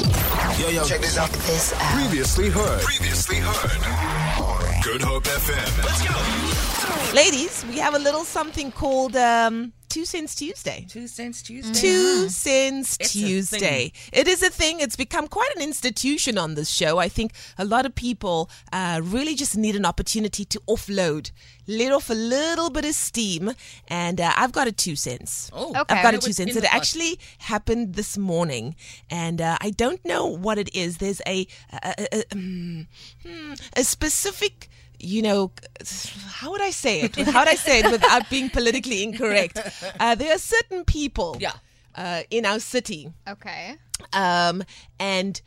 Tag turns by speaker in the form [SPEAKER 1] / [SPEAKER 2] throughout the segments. [SPEAKER 1] yo, yo. Check this out.
[SPEAKER 2] This out.
[SPEAKER 3] Previously heard. Previously heard. Good Hope FM. Let's go.
[SPEAKER 4] Ladies, we have a little something called um, Two Cents Tuesday.
[SPEAKER 5] Two cents Tuesday.
[SPEAKER 4] Two Cents
[SPEAKER 5] It's a
[SPEAKER 4] Tuesday. It is a thing. It's become quite an institution on this show. I think a lot of people uh, really just need an opportunity to offload, let off a little bit of steam. And uh, I've got a two cents.
[SPEAKER 5] Oh,
[SPEAKER 2] Okay.
[SPEAKER 4] I've got a
[SPEAKER 5] It
[SPEAKER 4] two
[SPEAKER 5] was
[SPEAKER 4] cents.
[SPEAKER 5] in
[SPEAKER 4] It
[SPEAKER 5] the pot.
[SPEAKER 4] actually happened this morning, and uh, I don't know what it is. There's a a, a, a, mm, hmm, a specific. You know, how would I say it? How would I say it without being politically incorrect? Uh, there are certain people
[SPEAKER 5] Yeah.
[SPEAKER 4] uh, in our city
[SPEAKER 2] Okay.
[SPEAKER 4] um, and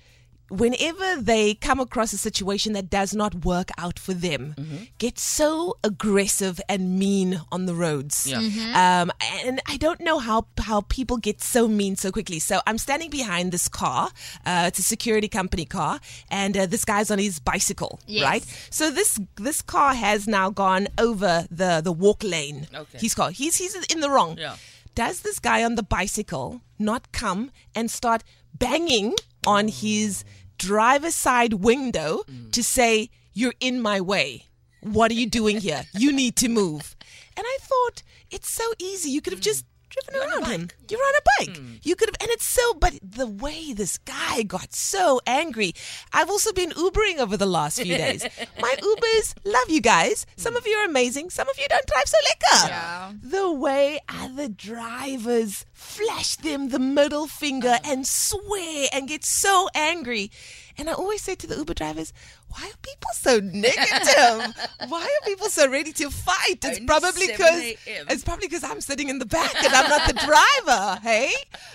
[SPEAKER 4] whenever they come across a situation that does not work out for them
[SPEAKER 5] Mm-hmm.
[SPEAKER 4] get so aggressive and mean on the roads
[SPEAKER 5] Yeah.
[SPEAKER 4] um, and i don't know how, how people get so mean so quickly so i'm standing behind this car uh, it's a security company car and uh, this guy's on his bicycle
[SPEAKER 2] Yes.
[SPEAKER 4] right so this this car has now gone over the the walk lane
[SPEAKER 5] Okay.
[SPEAKER 4] he's got he's he's in the wrong
[SPEAKER 5] Yeah.
[SPEAKER 4] does this guy on the bicycle not come and start banging on his driver's side window to say, You're in my way. What are you doing here? You need to move. And I thought, It's so easy. You could have just driven around him. You're on a bike. Hmm. You could have, and it's so, but the way this guy got so angry. I've also been Ubering over the last few days. My Ubers love you guys. Some of you are amazing. Some of you don't drive so lekker
[SPEAKER 2] Yeah.
[SPEAKER 4] the way other drivers flash them the middle finger and swear and get so angry. And I always say to the Uber drivers, why are people so negative? why are people so ready to fight? It's
[SPEAKER 5] Only
[SPEAKER 4] probably
[SPEAKER 5] 7
[SPEAKER 4] because
[SPEAKER 5] a.m..
[SPEAKER 4] it's probably because I'm sitting in the back and I'm not the driver, hey?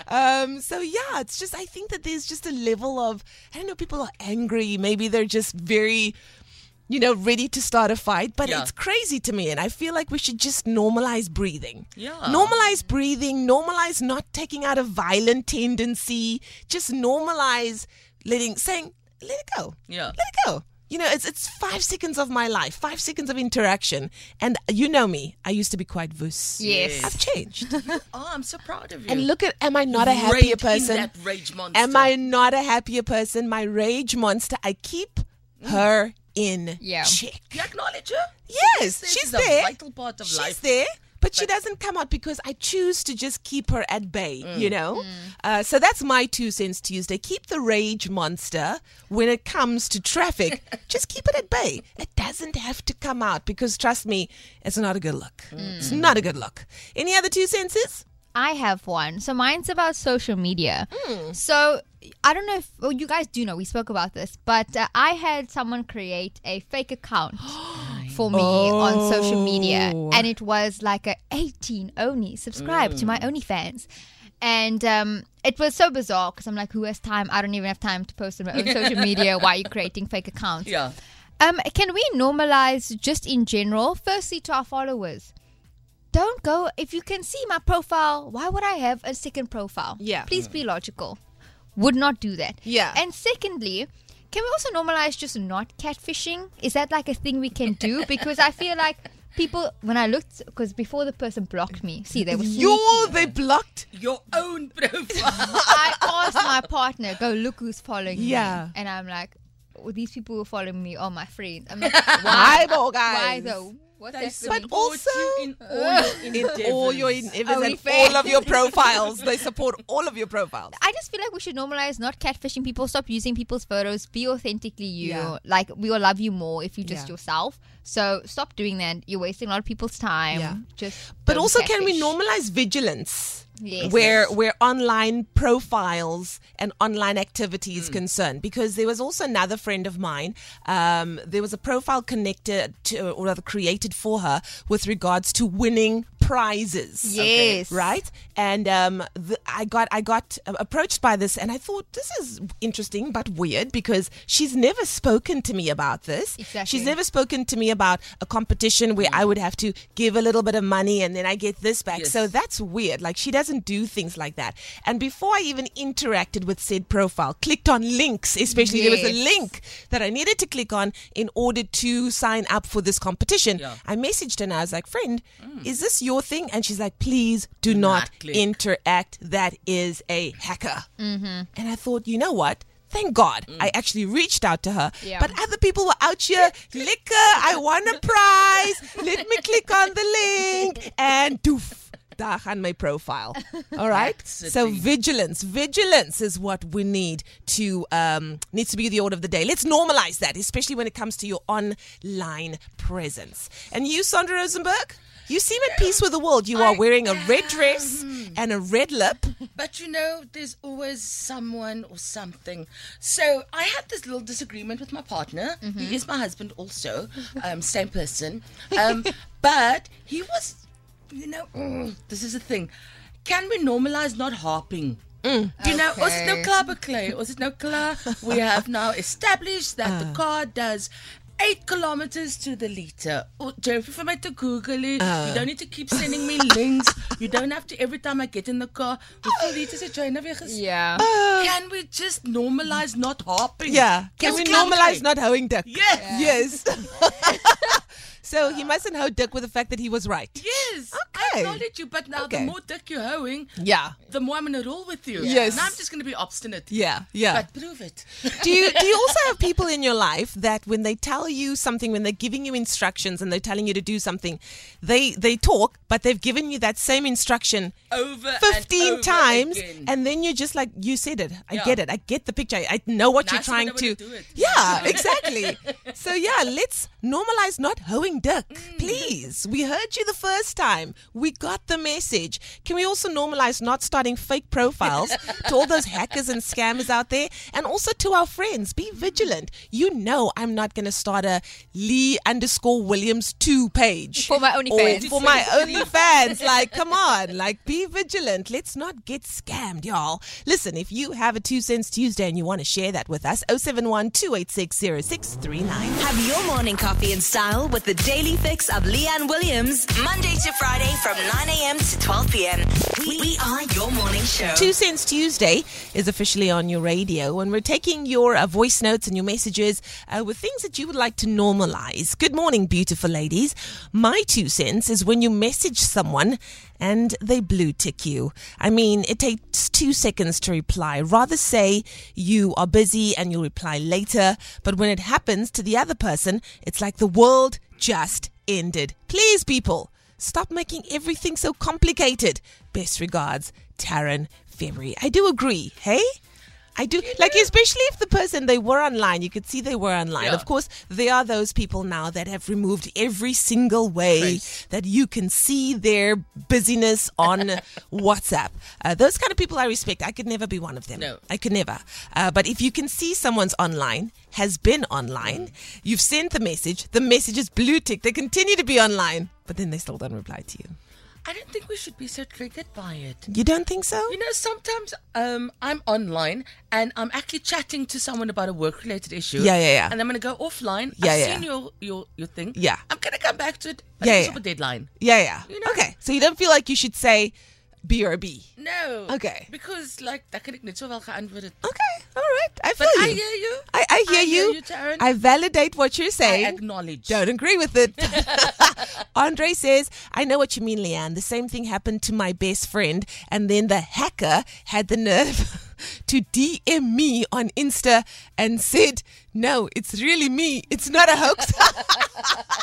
[SPEAKER 4] Um, so yeah, it's just I think that there's just a level of I don't know, people are angry. Maybe they're just very you know, ready to start a fight, but
[SPEAKER 5] Yeah.
[SPEAKER 4] it's crazy to me. And I feel like we should just normalize breathing.
[SPEAKER 5] Yeah.
[SPEAKER 4] Normalize breathing, normalize not taking out a violent tendency, just normalize letting, saying, let it go.
[SPEAKER 5] Yeah.
[SPEAKER 4] Let it go. You know, it's, it's five seconds of my life, five seconds of interaction. And you know me, I used to be quite vus.
[SPEAKER 2] Yes.
[SPEAKER 4] I've changed.
[SPEAKER 5] Oh, I'm so proud of you.
[SPEAKER 4] and look at, am I not a
[SPEAKER 5] You've
[SPEAKER 4] happier
[SPEAKER 5] reined in
[SPEAKER 4] person?
[SPEAKER 5] that rage monster.
[SPEAKER 4] Am I not a happier person? My rage monster, I keep her in
[SPEAKER 2] Yeah.
[SPEAKER 4] check.
[SPEAKER 5] You acknowledge her?
[SPEAKER 4] Yes,
[SPEAKER 5] Mm. This
[SPEAKER 4] she's
[SPEAKER 5] is
[SPEAKER 4] there.
[SPEAKER 5] A vital part of
[SPEAKER 4] She's
[SPEAKER 5] life.
[SPEAKER 4] there, but she doesn't come out because I choose to just keep her at bay,
[SPEAKER 5] Mm.
[SPEAKER 4] you know? Uh, so that's my two cents Tuesday. Keep the rage monster when it comes to traffic, just keep it at bay. It doesn't have to come out because, trust me, it's not a good look.
[SPEAKER 5] Mm.
[SPEAKER 4] It's not a good look. Any other two senses?
[SPEAKER 2] I have one. So mine's about social media. So I don't know if well, you guys do know we spoke about this, but uh, I had someone create a fake account for me on social media, and it was like a 18 only subscribe to my OnlyFans, and um, it was so bizarre because I'm like, who has time? I don't even have time to post on my own social media. Why are you creating fake accounts?
[SPEAKER 5] Yeah.
[SPEAKER 2] Um, can we normalize just in general, firstly to our followers? Don't go if you can see my profile, why would I have a second profile?
[SPEAKER 4] Yeah. Mm.
[SPEAKER 2] Please be logical. Would not do that.
[SPEAKER 4] Yeah.
[SPEAKER 2] And secondly, can we also normalize just not catfishing? Is that like a thing we can do? Because I feel like people when I looked because before the person blocked me, see they were
[SPEAKER 4] Yo, they blocked.
[SPEAKER 5] Your own profile.
[SPEAKER 2] I asked my partner, go look who's following me.
[SPEAKER 4] Yeah.
[SPEAKER 2] And I'm like, oh, these people who follow me are my friends. I'm like, why?
[SPEAKER 4] Hi,
[SPEAKER 2] Why
[SPEAKER 4] ball guys.
[SPEAKER 2] though? What's
[SPEAKER 5] They
[SPEAKER 2] that
[SPEAKER 5] support
[SPEAKER 2] thing?
[SPEAKER 4] also-
[SPEAKER 5] you in all your
[SPEAKER 4] In
[SPEAKER 5] endeavors.
[SPEAKER 4] all your endeavors and
[SPEAKER 2] OnlyFans.
[SPEAKER 4] all of your profiles, they support all of your profiles.
[SPEAKER 2] I just feel like we should normalize not catfishing people. Stop using people's photos. Be authentically you.
[SPEAKER 4] Yeah.
[SPEAKER 2] Like we will love you more if you're just
[SPEAKER 4] Yeah.
[SPEAKER 2] yourself. So stop doing that. You're wasting a lot of people's time.
[SPEAKER 4] Yeah.
[SPEAKER 2] Just.
[SPEAKER 4] But
[SPEAKER 2] don't
[SPEAKER 4] also, can we
[SPEAKER 2] catfish.
[SPEAKER 4] normalize vigilance?
[SPEAKER 2] Yes.
[SPEAKER 4] Where
[SPEAKER 2] Yes.
[SPEAKER 4] where online profiles and online activity
[SPEAKER 2] Hmm.
[SPEAKER 4] is concerned, because there was also another friend of mine. Um, there was a profile connected to, or rather created for her with regards to winning prizes.
[SPEAKER 2] Yes.
[SPEAKER 4] Right. And um, the, I got I got uh, approached by this, and I thought this is interesting but weird because she's never spoken to me about this.
[SPEAKER 2] Exactly. Mm.
[SPEAKER 4] She's never spoken to me about a competition where I would have to give a little bit of money and then I get this back.
[SPEAKER 5] Yes.
[SPEAKER 4] So that's weird. Like she doesn't do things like that. And before I even interacted with said profile, clicked on links, especially there was a
[SPEAKER 2] Yes.
[SPEAKER 4] link that I needed to click on in order to sign up for this competition.
[SPEAKER 5] Yeah.
[SPEAKER 4] I messaged her and I was like, friend, is this your thing? And she's like, please do not,
[SPEAKER 5] not click.
[SPEAKER 2] Mm. Mm-hmm.
[SPEAKER 4] interact. That is a hacker. And I thought, you know what? Thank God I actually reached out to her.
[SPEAKER 2] Yeah.
[SPEAKER 4] But other people were out here, liquor, I won a prize. Let me click on the link. And doof. Daar gaan my profile. All right. So
[SPEAKER 5] Exactly.
[SPEAKER 4] vigilance, vigilance is what we need to um, needs to be the order of the day. Let's normalize that, especially when it comes to your online presence. And you, Sandra Rosenberg, you seem at peace with the world. You are wearing a red dress
[SPEAKER 5] Mm-hmm.
[SPEAKER 4] and a red lip.
[SPEAKER 5] But you know, there's always someone or something. So I had this little disagreement with my partner. He is my husband, also, um, same person. Um, but he was, you know, mm, this is a thing. Can we normalize not harping? Do You know, was it no
[SPEAKER 2] Okay.
[SPEAKER 5] club clay? Was it no club? We have now established that the car does. Eight kilometers to the liter. Oh, Don't for me to Google it.
[SPEAKER 4] Uh.
[SPEAKER 5] you don't need to keep sending me links. You don't have to every time I get in the car. Hoeveel liters het jy nou weer ges-
[SPEAKER 2] Yeah.
[SPEAKER 5] Can we just normalize not harping?
[SPEAKER 4] Uh. Yeah. Can
[SPEAKER 5] It's
[SPEAKER 4] we
[SPEAKER 5] club
[SPEAKER 4] normalize
[SPEAKER 5] clay.
[SPEAKER 4] not hoeing dick?
[SPEAKER 5] Yes.
[SPEAKER 4] Yes. so he mustn't hoe dick with the fact that he was right.
[SPEAKER 5] Yes. I
[SPEAKER 4] Okay.
[SPEAKER 5] acknowledge you, but now
[SPEAKER 4] Okay.
[SPEAKER 5] the more dick you're hoeing,
[SPEAKER 4] Yeah.
[SPEAKER 5] the more I'm gonna roll with you.
[SPEAKER 4] Yes.
[SPEAKER 5] Now I'm just gonna be obstinate.
[SPEAKER 4] Yeah. Yeah.
[SPEAKER 5] But prove it.
[SPEAKER 4] do you do you also have people in your life that when they tell you something when they're giving you instructions and they're telling you to do something they they talk but they've given you that same instruction
[SPEAKER 5] Over and
[SPEAKER 4] 15
[SPEAKER 5] over
[SPEAKER 4] times
[SPEAKER 5] again.
[SPEAKER 4] and then you're just like you said it i
[SPEAKER 5] Yeah.
[SPEAKER 4] get it i get the picture i, I know what
[SPEAKER 5] Nice
[SPEAKER 4] you're trying
[SPEAKER 5] when I
[SPEAKER 4] to
[SPEAKER 5] wanna do it.
[SPEAKER 4] yeah exactly so yeah let's normalize not hoeing dick
[SPEAKER 5] Mm.
[SPEAKER 4] please we heard you the first time we got the message can we also normalize not starting fake profiles to all those hackers and scammers out there and also to our friends be
[SPEAKER 5] Mm.
[SPEAKER 4] vigilant you know i'm not going to start a lee underscore williams 2 page
[SPEAKER 2] For my
[SPEAKER 4] or
[SPEAKER 2] OnlyFans.
[SPEAKER 4] for my only fans. Like, come on, like, be vigilant. Let's not get scammed, y'all. Listen, if you have a Two Cents Tuesday and you want to share that with us, 071 286 0639.
[SPEAKER 1] Have your morning coffee in style with the daily fix of Leanne Williams, Monday to Friday from 9 a.m. to 12 p.m. We, we are your morning show.
[SPEAKER 4] Two Cents Tuesday is officially on your radio, and we're taking your uh, voice notes and your messages uh, with things that you would like to normalize. Good morning, beautiful ladies. My two cents is when you message someone and they blue tick you. I mean, it takes two seconds to reply. Rather say you are busy and you'll reply later, but when it happens to the other person, it's like the world just ended. Please, people. Stop making everything so complicated. Best regards, Taryn February. I do agree, hey? I do. Like, especially if the person, they were online. You could see they were online.
[SPEAKER 5] Yeah.
[SPEAKER 4] Of course, there are those people now that have removed every single way that you can see their busyness on WhatsApp. Uh, those kind of people I respect. I could never be one of them.
[SPEAKER 5] No.
[SPEAKER 4] I could never. Uh, but if you can see someone's online, has been online,
[SPEAKER 5] Mm-hmm.
[SPEAKER 4] you've sent the message, the message is blue tick, they continue to be online, but then they still don't reply to you.
[SPEAKER 5] I don't think we should be so triggered by it.
[SPEAKER 4] You don't think so?
[SPEAKER 5] You know, sometimes um, I'm online and I'm actually chatting to someone about a work-related issue.
[SPEAKER 4] Yeah, yeah, yeah.
[SPEAKER 5] And I'm going to go offline.
[SPEAKER 4] Yeah,
[SPEAKER 5] I've
[SPEAKER 4] yeah.
[SPEAKER 5] seen your, your, your thing.
[SPEAKER 4] Yeah.
[SPEAKER 5] I'm going to come back to it. But
[SPEAKER 4] Yeah,
[SPEAKER 5] it's
[SPEAKER 4] yeah.
[SPEAKER 5] up a deadline.
[SPEAKER 4] Yeah, yeah.
[SPEAKER 5] You know-
[SPEAKER 4] okay, so you don't feel like you should say BRB.
[SPEAKER 5] No.
[SPEAKER 4] Okay.
[SPEAKER 5] Because like daar kan ek net so wel geantwoord het.
[SPEAKER 4] Okay, all right. I feel
[SPEAKER 5] But
[SPEAKER 4] you.
[SPEAKER 5] I hear you.
[SPEAKER 4] I, I hear
[SPEAKER 5] I
[SPEAKER 4] you.
[SPEAKER 5] hear you, Taryn.
[SPEAKER 4] I validate what you're
[SPEAKER 5] I
[SPEAKER 4] saying.
[SPEAKER 5] acknowledge.
[SPEAKER 4] Don't agree with it. Andre says, I know what you mean, Leanne. The same thing happened to my best friend, and then the hacker had the nerve to DM me on Insta and said, No, it's really me. It's not a hoax.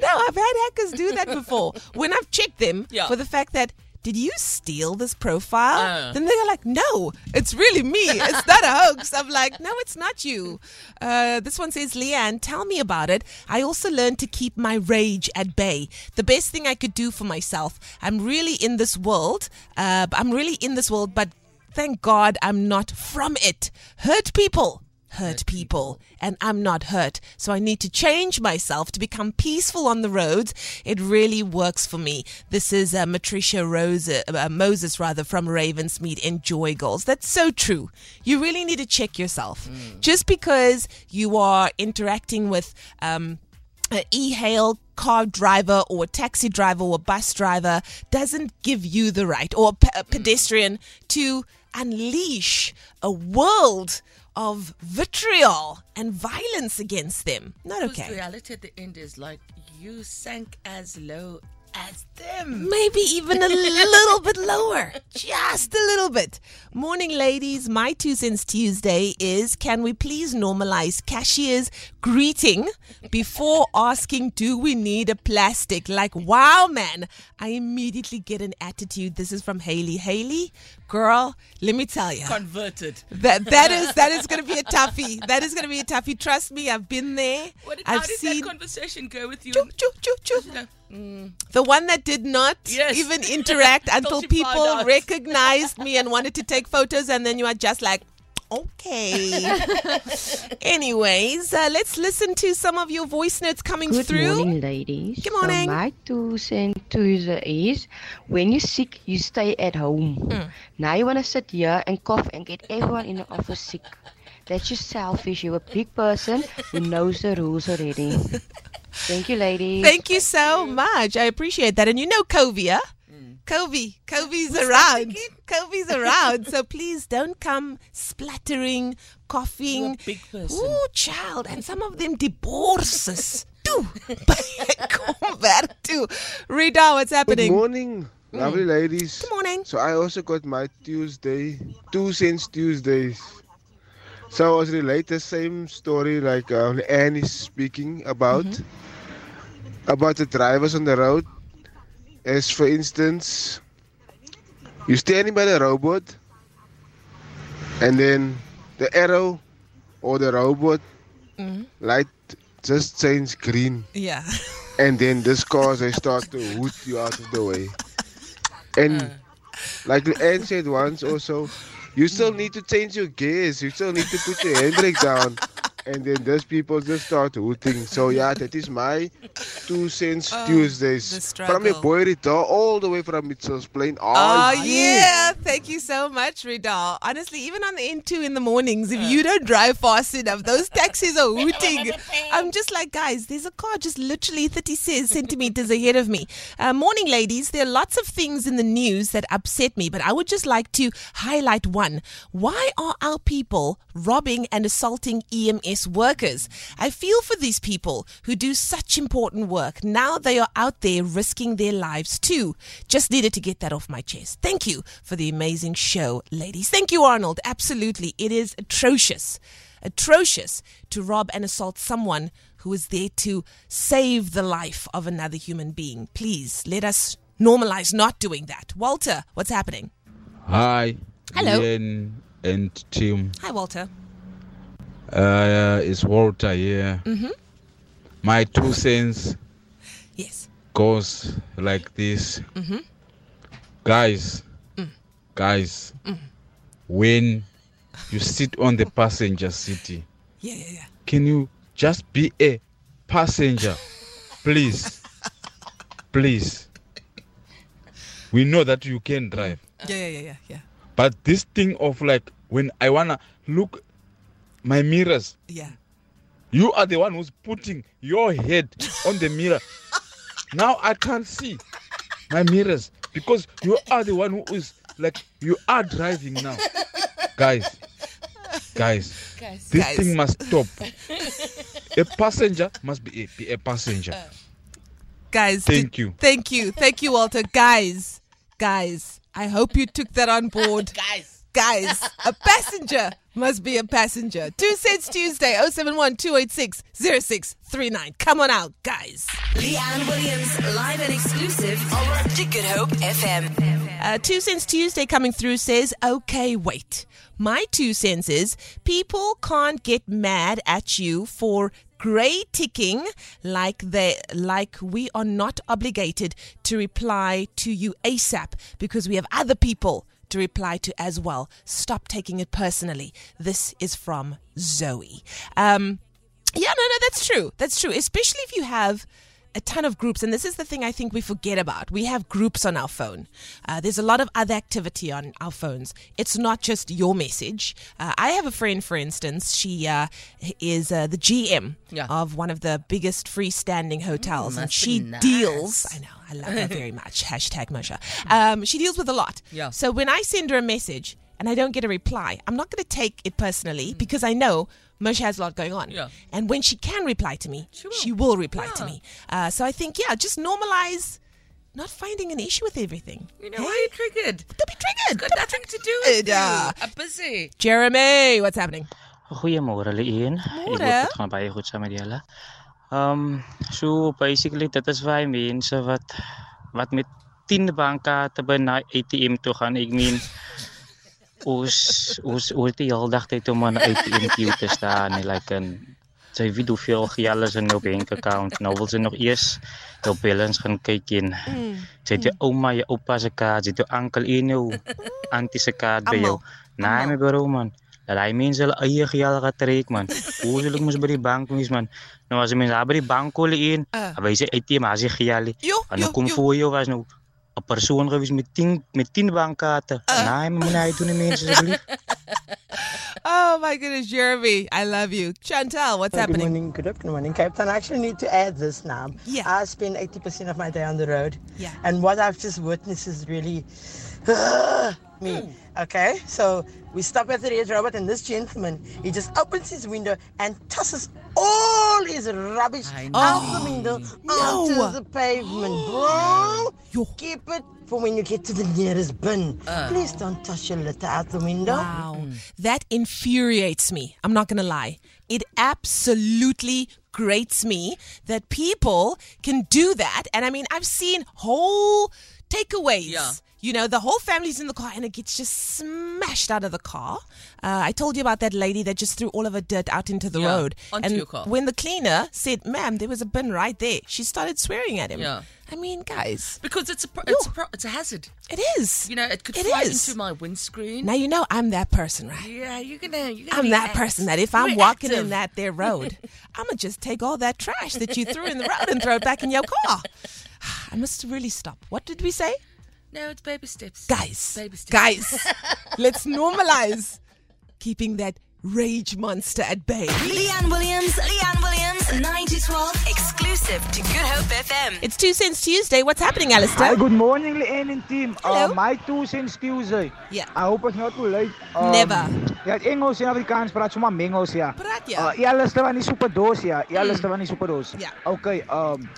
[SPEAKER 4] no, I've had hackers do that before. When I've checked them
[SPEAKER 5] Yeah.
[SPEAKER 4] for the fact that did you steal this profile?
[SPEAKER 5] Uh.
[SPEAKER 4] Then they're like, no, it's really me. It's not a hoax. I'm like, no, it's not you. Uh, this one says, Leanne, tell me about it. I also learned to keep my rage at bay. The best thing I could do for myself. I'm really in this world. Uh, I'm really in this world, but thank God I'm not from it. Hurt people hurt people and I'm not hurt. So I need to change myself to become peaceful on the roads. It really works for me. This is uh, Matricia Rose, uh, uh, Moses rather from Ravensmead. Enjoy goals. That's so true. You really need to check yourself. Just because you are interacting with, um, an e-hail car driver or a taxi driver or a bus driver doesn't give you the right or a, pe- a pedestrian to unleash a world of vitriol and violence against them. Not
[SPEAKER 5] Because
[SPEAKER 4] okay.
[SPEAKER 5] reality at the end is like you sank as low as them.
[SPEAKER 4] Maybe even a little bit lower. Just a little bit. Morning, ladies. My Two Cents Tuesday is can we please normalize cashier's greeting before asking, do we need a plastic? Like, wow, man. I immediately get an attitude. This is from Haley. Haley, girl, let me tell you.
[SPEAKER 5] Converted.
[SPEAKER 4] That, that is that is going to be a toughie. That is going to be a toughie. Trust me, I've been there.
[SPEAKER 5] What did,
[SPEAKER 4] I've
[SPEAKER 5] how did
[SPEAKER 4] seen
[SPEAKER 5] that conversation go with you? Mm.
[SPEAKER 4] Choo, choo, choo, choo. The one that did not
[SPEAKER 5] Yes.
[SPEAKER 4] even interact
[SPEAKER 5] Until
[SPEAKER 4] until
[SPEAKER 5] she found
[SPEAKER 4] people
[SPEAKER 5] out.
[SPEAKER 4] recognized me and wanted to take photos, and then you are just like, okay. Anyways, uh, let's listen to some of your voice notes coming
[SPEAKER 6] Good
[SPEAKER 4] through.
[SPEAKER 6] morning, ladies.
[SPEAKER 4] Good morning.
[SPEAKER 6] So my two cent Tuesday is when you're sick, you stay at home.
[SPEAKER 4] Hmm.
[SPEAKER 6] Now you want to sit here and cough and get everyone in the office sick. That's just selfish. You're a big person who knows the rules already. Thank you, ladies.
[SPEAKER 4] Thank you so much. I appreciate that. And you know Covia.
[SPEAKER 5] Mm.
[SPEAKER 4] Covey, Covey's around. Covey's around. So please don't come splattering, coughing.
[SPEAKER 5] You're a big person.
[SPEAKER 4] Ooh, child. And some of them divorces too. Come back too. Rita, what's
[SPEAKER 7] Good
[SPEAKER 4] happening? Mm.
[SPEAKER 7] morning, lovely ladies. Good
[SPEAKER 4] morning.
[SPEAKER 7] So I also got my Tuesday, two cents Tuesdays. So I was relate the same story like um, Anne is speaking about
[SPEAKER 4] Mm-hmm.
[SPEAKER 7] about the drivers on the road. As for instance, you standing by the robot, and then the arrow or the robot
[SPEAKER 4] Mm-hmm.
[SPEAKER 7] light just change green
[SPEAKER 4] Yeah.
[SPEAKER 7] and then this cars they start to hoot you out of the way.
[SPEAKER 4] Uh.
[SPEAKER 7] And like Anne said once also, you still need to change your gears, you still need to put your handbrake down. And then those people just start hooting. So yeah, that is my two cents Tuesdays. From your
[SPEAKER 4] Oh, struggle.
[SPEAKER 7] boy Rita all the way from Mitchell's Plain. Oh,
[SPEAKER 4] Oh, yeah. Thank you so much, Ridal. Honestly, even on the N2 in the mornings, if you don't drive fast enough, those taxis are hooting. I'm just like, guys, there's a car just literally 36 centimeters ahead of me. Uh, morning, ladies. There are lots of things in the news that upset me, but I would just like to highlight one. Why are our people robbing and assaulting EMS workers? I feel for these people who do such important work. Now they are out there risking their lives too. Just needed to get that off my chest. Thank you for the amazing show, ladies. Thank you, Arnold. Absolutely. It is atrocious, atrocious to rob and assault someone who is there to save the life of another human being. Please let us normalize not doing that. Walter, what's happening?
[SPEAKER 8] Hi.
[SPEAKER 4] Hello.
[SPEAKER 8] Ian and team.
[SPEAKER 4] Hi, Walter.
[SPEAKER 8] Uh, it's Walter here. Mm-hmm. My two cents
[SPEAKER 4] Yes.
[SPEAKER 8] goes like this. Mm-hmm. Guys, guys, when you sit on the passenger seat,
[SPEAKER 4] Yeah, yeah, yeah.
[SPEAKER 8] can you just be a passenger? Please. Please. We know that you can drive.
[SPEAKER 4] Yeah, yeah, yeah, yeah, yeah.
[SPEAKER 8] But this thing of like when I wanna look my mirrors,
[SPEAKER 4] Yeah.
[SPEAKER 8] you are the one who's putting your head on the mirror. now I can't see my mirrors because you are the one who is like you are driving now. Mm-hmm. guys, guys,
[SPEAKER 5] Guys.
[SPEAKER 8] this
[SPEAKER 4] Guys.
[SPEAKER 8] thing must stop. a passenger must be a, be a passenger.
[SPEAKER 4] guys
[SPEAKER 8] Thank
[SPEAKER 4] did-
[SPEAKER 8] you.
[SPEAKER 4] thank you thank you walter guys guys i hope you took that on board
[SPEAKER 5] Guys.
[SPEAKER 4] guys a passenger must be a passenger two cents tuesday 071 286 0639 come on out guys
[SPEAKER 1] Leanne Williams, live and exclusive to Good Hope FM.
[SPEAKER 4] Uh, two Cents Tuesday coming through says, okay, wait. My two cents is people can't get mad at you for grey ticking like they like we are not obligated to reply to you ASAP because we have other people to reply to as well. Stop taking it personally. This is from Zoe. Um, yeah, no, no, that's true. That's true. Especially if you have a ton of groups. And this is the thing I think we forget about. We have groups on our phone. Uh, there's a lot of other activity on our phones. It's not just your message. Uh, I have a friend, for instance, she uh, is uh, the GM
[SPEAKER 5] Yeah. Mm,
[SPEAKER 4] of one of the biggest freestanding hotels. and
[SPEAKER 5] must
[SPEAKER 4] she
[SPEAKER 5] be nice.
[SPEAKER 4] deals, I know, Oh, I love her very much. Hashtag Moshe. Um, she deals with a lot.
[SPEAKER 5] Yeah.
[SPEAKER 4] So when I send her a message, and I don't get a reply. I'm not going to take it personally because I know Moshe has a lot going on.
[SPEAKER 5] Hmm. Yeah.
[SPEAKER 4] And when she can reply to me, she will, reply to me. Uh, so I think, yeah, just normalize not finding an issue with everything.
[SPEAKER 5] You know, why are you triggered?
[SPEAKER 4] Don't be triggered.
[SPEAKER 5] Got nothing to do with you.
[SPEAKER 4] Yeah.
[SPEAKER 5] I'm busy.
[SPEAKER 4] Jeremy, what's happening?
[SPEAKER 9] Goeiemôre Leon. Ek hoop
[SPEAKER 4] Môre.
[SPEAKER 9] dit gaan baie goed saam met julle. Um so basically dit is vir die mense wat wat met 10 bankkaarte by na ATM toe gaan. Ek meen ons ons oor die hele dag tyd om aan 'n ATM queue te staan en like en sy weet hoeveel geld is in jou bankaccount. Nou wil sy nog eers jou balance gaan kyk en sy het jou ouma, jou oupa se kaart, sy het jou oom en jou auntie se kaart by jou.
[SPEAKER 4] Almal.
[SPEAKER 9] Nee, my bro man. Dat hy mense hulle eie geld gaan trek man. Hoe sal ek mos by die bank wees man? Nou as die mense daar by die bank hulle in,
[SPEAKER 4] Ah.
[SPEAKER 9] uh. hy sê ATM, hy sê geld.
[SPEAKER 4] Jo,
[SPEAKER 9] En
[SPEAKER 4] jo,
[SPEAKER 9] dan kom
[SPEAKER 4] jo.
[SPEAKER 9] voor jou was nou 'n persoon gewees met 10 met 10 bankkaarte. Uh. Nee, maar nee, doen die mense asseblief.
[SPEAKER 4] Oh my goodness, Jeremy, I love you. Chantal, what's happening?
[SPEAKER 10] Good morning, good afternoon, in Cape Town. I actually need to add this now.
[SPEAKER 4] Yeah.
[SPEAKER 10] I spend 80% of my day on the road.
[SPEAKER 4] Yeah.
[SPEAKER 10] And what I've just witnessed is really me.
[SPEAKER 4] Hmm.
[SPEAKER 10] Okay? So we stop at the red robot, and this gentleman, he just opens his window and tosses all his rubbish out the window
[SPEAKER 4] No.
[SPEAKER 10] onto the pavement. Bro,
[SPEAKER 4] Yo. Uh.
[SPEAKER 10] keep it for when you get to the nearest bin. Please don't toss your litter out the window.
[SPEAKER 4] Wow. That infuriates me. I'm not going to lie. It absolutely grates me that people can do that. And I mean, I've seen whole takeaways.
[SPEAKER 5] Yeah.
[SPEAKER 4] You know, the whole family's in the car and it gets just smashed out of the car. Uh, I told you about that lady that just threw all of her dirt out into the
[SPEAKER 5] Yeah,
[SPEAKER 4] road.
[SPEAKER 5] onto
[SPEAKER 4] and
[SPEAKER 5] your car.
[SPEAKER 4] when the cleaner said, ma'am, there was a bin right there, she started swearing at him.
[SPEAKER 5] Yeah.
[SPEAKER 4] I mean, guys,
[SPEAKER 5] Because it's a pro- it's a, pro- it's a hazard.
[SPEAKER 4] it is.
[SPEAKER 5] You know, it could
[SPEAKER 4] It
[SPEAKER 5] fly
[SPEAKER 4] is.
[SPEAKER 5] into my windscreen.
[SPEAKER 4] now you know I'm that person, right?
[SPEAKER 5] yeah, you're gonna. You're gonna
[SPEAKER 4] I'm
[SPEAKER 5] be
[SPEAKER 4] that
[SPEAKER 5] act-
[SPEAKER 4] person that if I'm
[SPEAKER 5] We're
[SPEAKER 4] walking in
[SPEAKER 5] active.
[SPEAKER 4] that there road, I'm gonna just take all that trash that you threw in the road and throw it back in your car. I must really stop. What did we say?
[SPEAKER 5] No, it's baby steps.
[SPEAKER 4] Guys,
[SPEAKER 5] Baby steps.
[SPEAKER 4] guys, let's normalize keeping that rage monster at bay.
[SPEAKER 1] Leanne Williams, Leanne Williams, 9 to 12, exclusive to Good Hope FM.
[SPEAKER 4] It's Two Cents Tuesday. What's happening, Alistair?
[SPEAKER 11] Hi, good morning, Leanne and team.
[SPEAKER 4] Hello.
[SPEAKER 11] Uh, my two cents Tuesday.
[SPEAKER 4] Yeah.
[SPEAKER 11] I hope it's not too late. Um,
[SPEAKER 4] Never.
[SPEAKER 11] Ja, het Engels en Afrikaans praat sommer mengels, ja.
[SPEAKER 4] Praat, ja.
[SPEAKER 11] Uh, ja, luister van die superdoos, ja. Ja, luister van die superdoos.
[SPEAKER 4] Ja.
[SPEAKER 11] Okay, um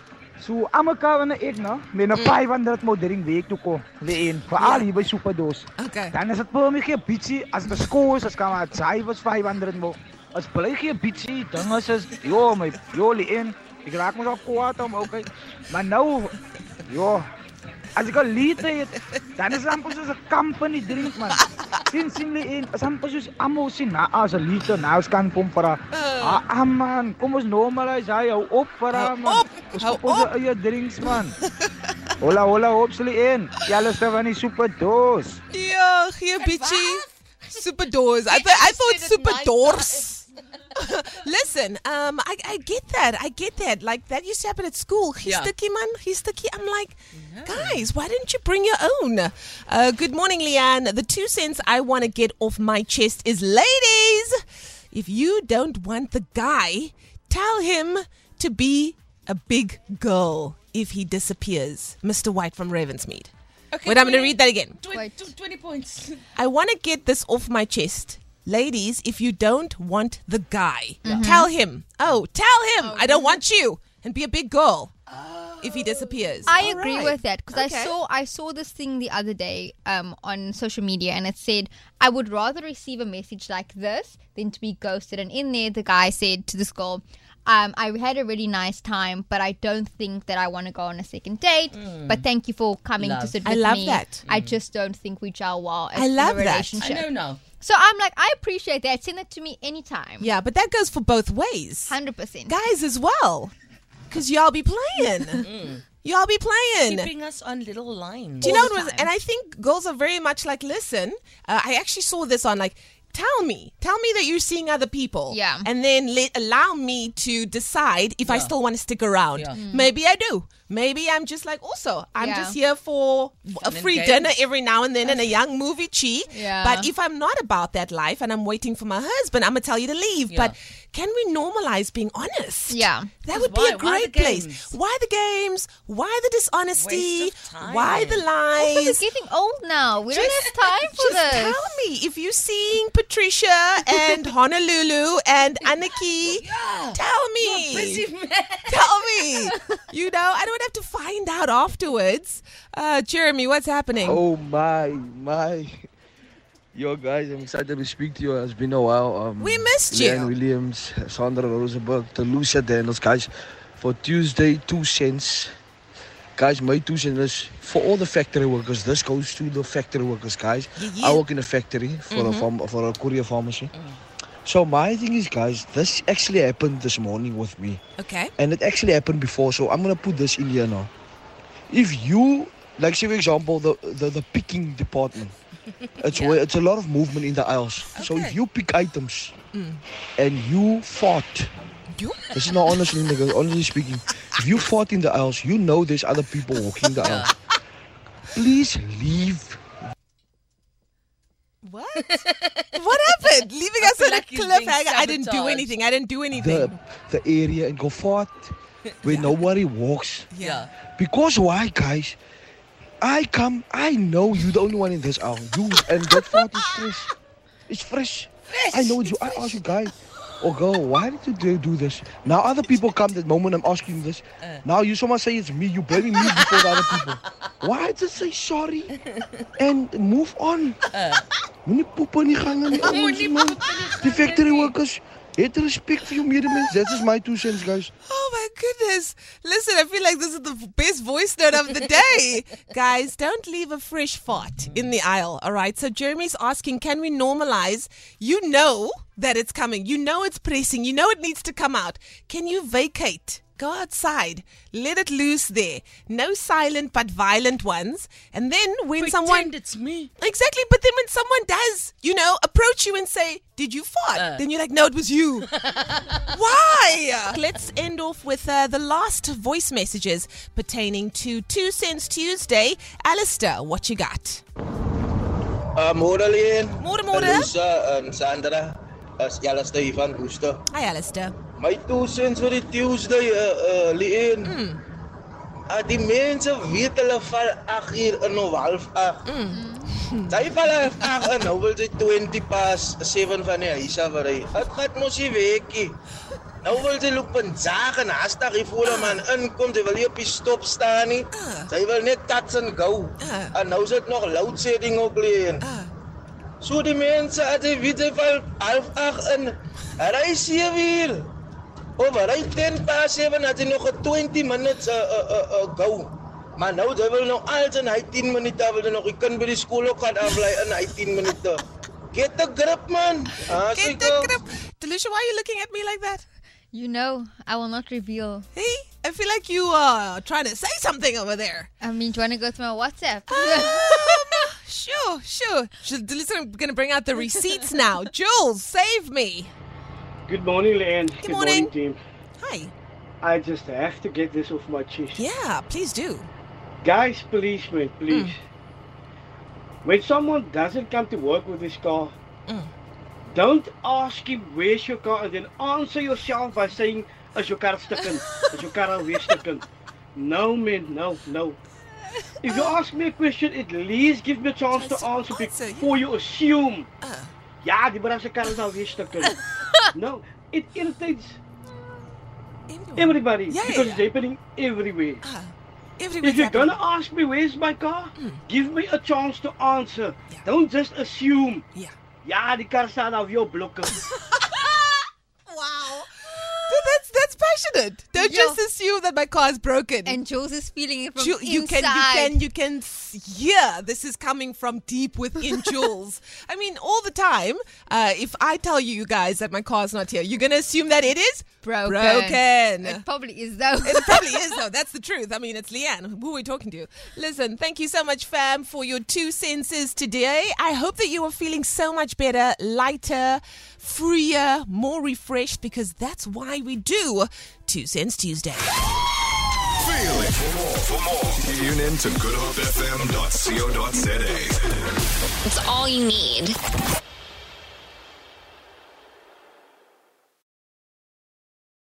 [SPEAKER 11] so amaka wanneer ek nou met
[SPEAKER 4] Mm.
[SPEAKER 11] 'n paai wanneer dit moet dring week toe kom. Leanne, veral
[SPEAKER 4] Ja.
[SPEAKER 11] hier by superdoos.
[SPEAKER 4] Okay.
[SPEAKER 11] Dan is dit vir my geen bietjie as dit skool is, as kan maar sy was 500 mo. As bly geen bietjie dinge is, jo my jolie in. Ek raak mos al kwaad om okay. Maar nou ja, jo As ek al liter het, dan is amper soos 'n company drink man. Sien sien lê in, as amper soos almal sien na as 'n liter nou skan kom vir haar. Ah, ah man, kom ons normalize hy hou op vir haar
[SPEAKER 4] Eh. Hou
[SPEAKER 11] man.
[SPEAKER 4] op,
[SPEAKER 11] Ons
[SPEAKER 4] hou
[SPEAKER 11] koop ons
[SPEAKER 4] op.
[SPEAKER 11] eie drinks man. Hola, hola, opslie in. Ja, luister van die superdoos.
[SPEAKER 4] Yeah, here, bitchy. Super doors. I, th- I thought super doors. Listen, um, I, I get that. I get that. Like that used to happen at school. He's
[SPEAKER 5] Yeah.
[SPEAKER 4] sticky, man. He's sticky. I'm like, guys, why didn't you bring your own? Uh, good morning, Leanne. The two cents I want to get off my chest is, ladies, if you don't want the guy, tell him to be a big girl if he disappears. Mr. White from Ravensmead.
[SPEAKER 5] Okay,
[SPEAKER 4] Wait, I'm going to
[SPEAKER 5] 20
[SPEAKER 4] read that again.
[SPEAKER 5] 20,
[SPEAKER 2] Wait.
[SPEAKER 5] 20 points.
[SPEAKER 4] I want to get this off my chest. Ladies, if you don't want the guy,
[SPEAKER 2] Mm-hmm.
[SPEAKER 4] tell him. Oh, tell him I don't want you and be a big girl if he disappears.
[SPEAKER 2] Oh. I
[SPEAKER 4] All
[SPEAKER 2] agree
[SPEAKER 4] right.
[SPEAKER 2] with that because I
[SPEAKER 4] Okay.
[SPEAKER 2] saw I saw this thing the other day um, on social media and it said I would rather receive a message like this than to be ghosted. And in there, the guy said to this girl, um, "I had a really nice time, but I don't think that I want to go on a second date. But thank you for coming to sit
[SPEAKER 4] I
[SPEAKER 2] with
[SPEAKER 4] Mm. love
[SPEAKER 2] me.
[SPEAKER 4] that.
[SPEAKER 2] I just don't think we gel well. As
[SPEAKER 4] I love
[SPEAKER 2] in a
[SPEAKER 4] that. I
[SPEAKER 5] I
[SPEAKER 2] relationship.
[SPEAKER 5] know now.
[SPEAKER 2] So I'm like, I appreciate that. Send it to me anytime.
[SPEAKER 4] Yeah, but that goes for both ways.
[SPEAKER 2] hundred percent.
[SPEAKER 4] Guys as well. Cuz y'all be
[SPEAKER 2] Mm.
[SPEAKER 4] playing.
[SPEAKER 5] Mm.
[SPEAKER 4] y'all be playing.
[SPEAKER 5] Keeping us on little lines.
[SPEAKER 4] Do you know it was? And I think girls are very much like, listen, uh, I actually saw this on like, tell me, tell me that you're seeing other people.
[SPEAKER 2] Yeah.
[SPEAKER 4] And then let, allow me to decide if I still want to stick around.
[SPEAKER 5] Yeah. Mm.
[SPEAKER 4] Maybe I do. Maybe I'm just like, also, I'm
[SPEAKER 2] Yeah.
[SPEAKER 4] just here for a
[SPEAKER 5] and
[SPEAKER 4] free
[SPEAKER 5] games.
[SPEAKER 4] dinner every now and then and a young movie chi.
[SPEAKER 2] Yeah.
[SPEAKER 4] But if I'm not about that life and I'm waiting for my husband, I'm going to tell you to leave. But can we normalize being honest?
[SPEAKER 2] Yeah.
[SPEAKER 4] That
[SPEAKER 5] Because
[SPEAKER 4] would be
[SPEAKER 5] why-
[SPEAKER 4] a
[SPEAKER 5] why the
[SPEAKER 4] great place.
[SPEAKER 5] games?
[SPEAKER 4] Why the games? Why the dishonesty?
[SPEAKER 5] Waste of time.
[SPEAKER 4] Why the lies?
[SPEAKER 2] We're getting old now. We don't have time for
[SPEAKER 4] just
[SPEAKER 2] this.
[SPEAKER 4] tell me if you're seeing p- Patricia and Honolulu and Aniki. Tell me.
[SPEAKER 5] Busy man.
[SPEAKER 4] Tell me. You know, I don't have to find out afterwards. Uh, Jeremy, what's happening?
[SPEAKER 12] Oh my, my. Yo guys, I'm excited to speak to you. It's been a while. Um,
[SPEAKER 4] We missed you.
[SPEAKER 12] Leanne Williams, Sandra Rosenberg, the Lucia Daniels, guys. For Tuesday, two cents. Guys, my two cents is for all the factory workers. This goes to the factory workers, guys.
[SPEAKER 4] Yeah. Mm-hmm. Mm.
[SPEAKER 12] I work in a factory for a farm, for a courier pharmacy. So my thing is, guys, this actually happened this morning with me.
[SPEAKER 4] Okay.
[SPEAKER 12] And it actually happened before, so I'm gonna put this in here now. If you like say for example the the, the picking department. It's where it's a lot of movement in the aisles. So if
[SPEAKER 5] Okay.
[SPEAKER 12] you pick items
[SPEAKER 4] Mm.
[SPEAKER 12] and you fought
[SPEAKER 4] You?
[SPEAKER 12] this is not honestly nigga, honestly speaking. If you fought in the aisles, you know there's other people walking the aisles. Please leave
[SPEAKER 4] What? what happened? Leaving us on a
[SPEAKER 5] like he's being
[SPEAKER 4] cliffhanger. I didn't do
[SPEAKER 5] sabotaged.
[SPEAKER 4] anything. I didn't do anything.
[SPEAKER 12] the the area and go fought where nobody walks.
[SPEAKER 5] Yeah.
[SPEAKER 12] Because why, guys? I come, I know you're the only one in this hour. You and that fart is fresh. It's fresh. I know you. I ask you, guys or girl, why did you do- do this? Now other people come that moment I'm asking you this. Now you someone say it's me. You blaming me before the other people. Why did you say sorry and move on? Moenie poep Uh. in die gange nie. ouens, man. Die factory workers. Het respect vir jou medemens. That is my two cents, guys.
[SPEAKER 4] Oh my goodness. Listen, I feel like this is the best voice note of the day. Guys, don't leave a fresh fart in the aisle, all right? So Jeremy's asking, can we normalize? You know that it's coming. You know it's pressing. You know it needs to come out. Can you vacate? Go outside. Let it loose there. No silent but violent ones. And then when
[SPEAKER 5] Pretend
[SPEAKER 4] someone
[SPEAKER 5] it's me.
[SPEAKER 4] Exactly, but then when someone does, you know, approach you and say, "Did you fart?"
[SPEAKER 5] Uh.
[SPEAKER 4] then you're like, "No, it was you." Why? Let's end off with uh, the last voice messages pertaining to Two Cents Tuesday. Alistair, what you got?
[SPEAKER 12] Um, Oralien.
[SPEAKER 4] Môre, môre.
[SPEAKER 12] um, Sandra. As julle stay van Ooster.
[SPEAKER 4] Hi, Alistair.
[SPEAKER 12] My two cents vir die Tuesday uh, uh Leen. Mm. Uh, die mense weet hulle val 8 uur in of half 8. Mm. Sy val half 8 en nou wil sy 20 pas 7 van die huis af ry. Dit gat mos nie weekie. Nou wil sy loop en jaag en hastig hier voor 'n man inkom. Sy wil nie op die stop staan nie. Sy wil net touch and go.
[SPEAKER 4] Ah.
[SPEAKER 12] En nou is dit nog load shedding ook leen. So die mense het die witte val half ag in. Ry 7 uur. Of ry 10 pa 7 het hy nog 'n 20 minutes uh, uh, uh, uh, go. Maar nou jy wil nou als in hy 10 minute wil hy nog die kind by die skool ook gaan aflei in hy 10 minute. Get the grip man. Ah,
[SPEAKER 4] Get the grip. Delusia, why are you looking at me like that?
[SPEAKER 2] You know, I will not reveal.
[SPEAKER 4] Hey, I feel like you are trying to say something over there.
[SPEAKER 2] I mean, do you want to go through my WhatsApp?
[SPEAKER 4] Um, sure, sure. Delusia, I'm going to bring out the receipts now. Jules, save me.
[SPEAKER 12] Good morning, Leanne.
[SPEAKER 4] Good morning.
[SPEAKER 12] team.
[SPEAKER 4] Hi.
[SPEAKER 12] I just have to get this off my chest.
[SPEAKER 4] Yeah, please do. Hmm.
[SPEAKER 12] Guys, please, man, please. When someone doesn't come to work with his car,
[SPEAKER 4] Hmm.
[SPEAKER 12] don't ask him where's your car and then answer yourself by saying, is your car stuck in? Is your car alweer stuck in? No, man, no, no. If you ask me a question, at least give me a chance to answer
[SPEAKER 4] answer, yeah. Uh.
[SPEAKER 12] before you assume. Ja, die brasse kar is alweer stuck in. no, it irritates everybody
[SPEAKER 4] Yeah, yeah,
[SPEAKER 12] because it's
[SPEAKER 4] yeah. Uh.
[SPEAKER 12] happening everywhere.
[SPEAKER 4] Everyone's
[SPEAKER 12] If you're
[SPEAKER 4] happy. Hmm.
[SPEAKER 12] gonna ask me where's my car, give me a chance to answer.
[SPEAKER 4] Yeah.
[SPEAKER 12] Don't just assume.
[SPEAKER 4] Yeah.
[SPEAKER 12] Ja, die kar staan al jou blokke.
[SPEAKER 4] Wow. That's that's passionate. Don't
[SPEAKER 2] Yeah.
[SPEAKER 4] just assume that my car is broken.
[SPEAKER 2] and Jules is feeling it from
[SPEAKER 4] Ju- you
[SPEAKER 2] inside.
[SPEAKER 4] can you can you can s- hear this is coming from deep within Jules. I mean, all the time. Uh, if I tell you, you guys, that my car's not here, you're gonna assume that it is
[SPEAKER 2] broken.
[SPEAKER 4] Broken.
[SPEAKER 2] It probably is though.
[SPEAKER 4] It probably is, though. That's the truth. I mean, it's Leanne. Who are we talking to? Listen, thank you so much, fam, for your two senses today. I hope that you are feeling so much better, lighter, freer, more refreshed, because that's why we do Two Cents Tuesday.
[SPEAKER 3] Feel it. For more, for more, tune in to goodhopefm.co.za.
[SPEAKER 1] It's all you need.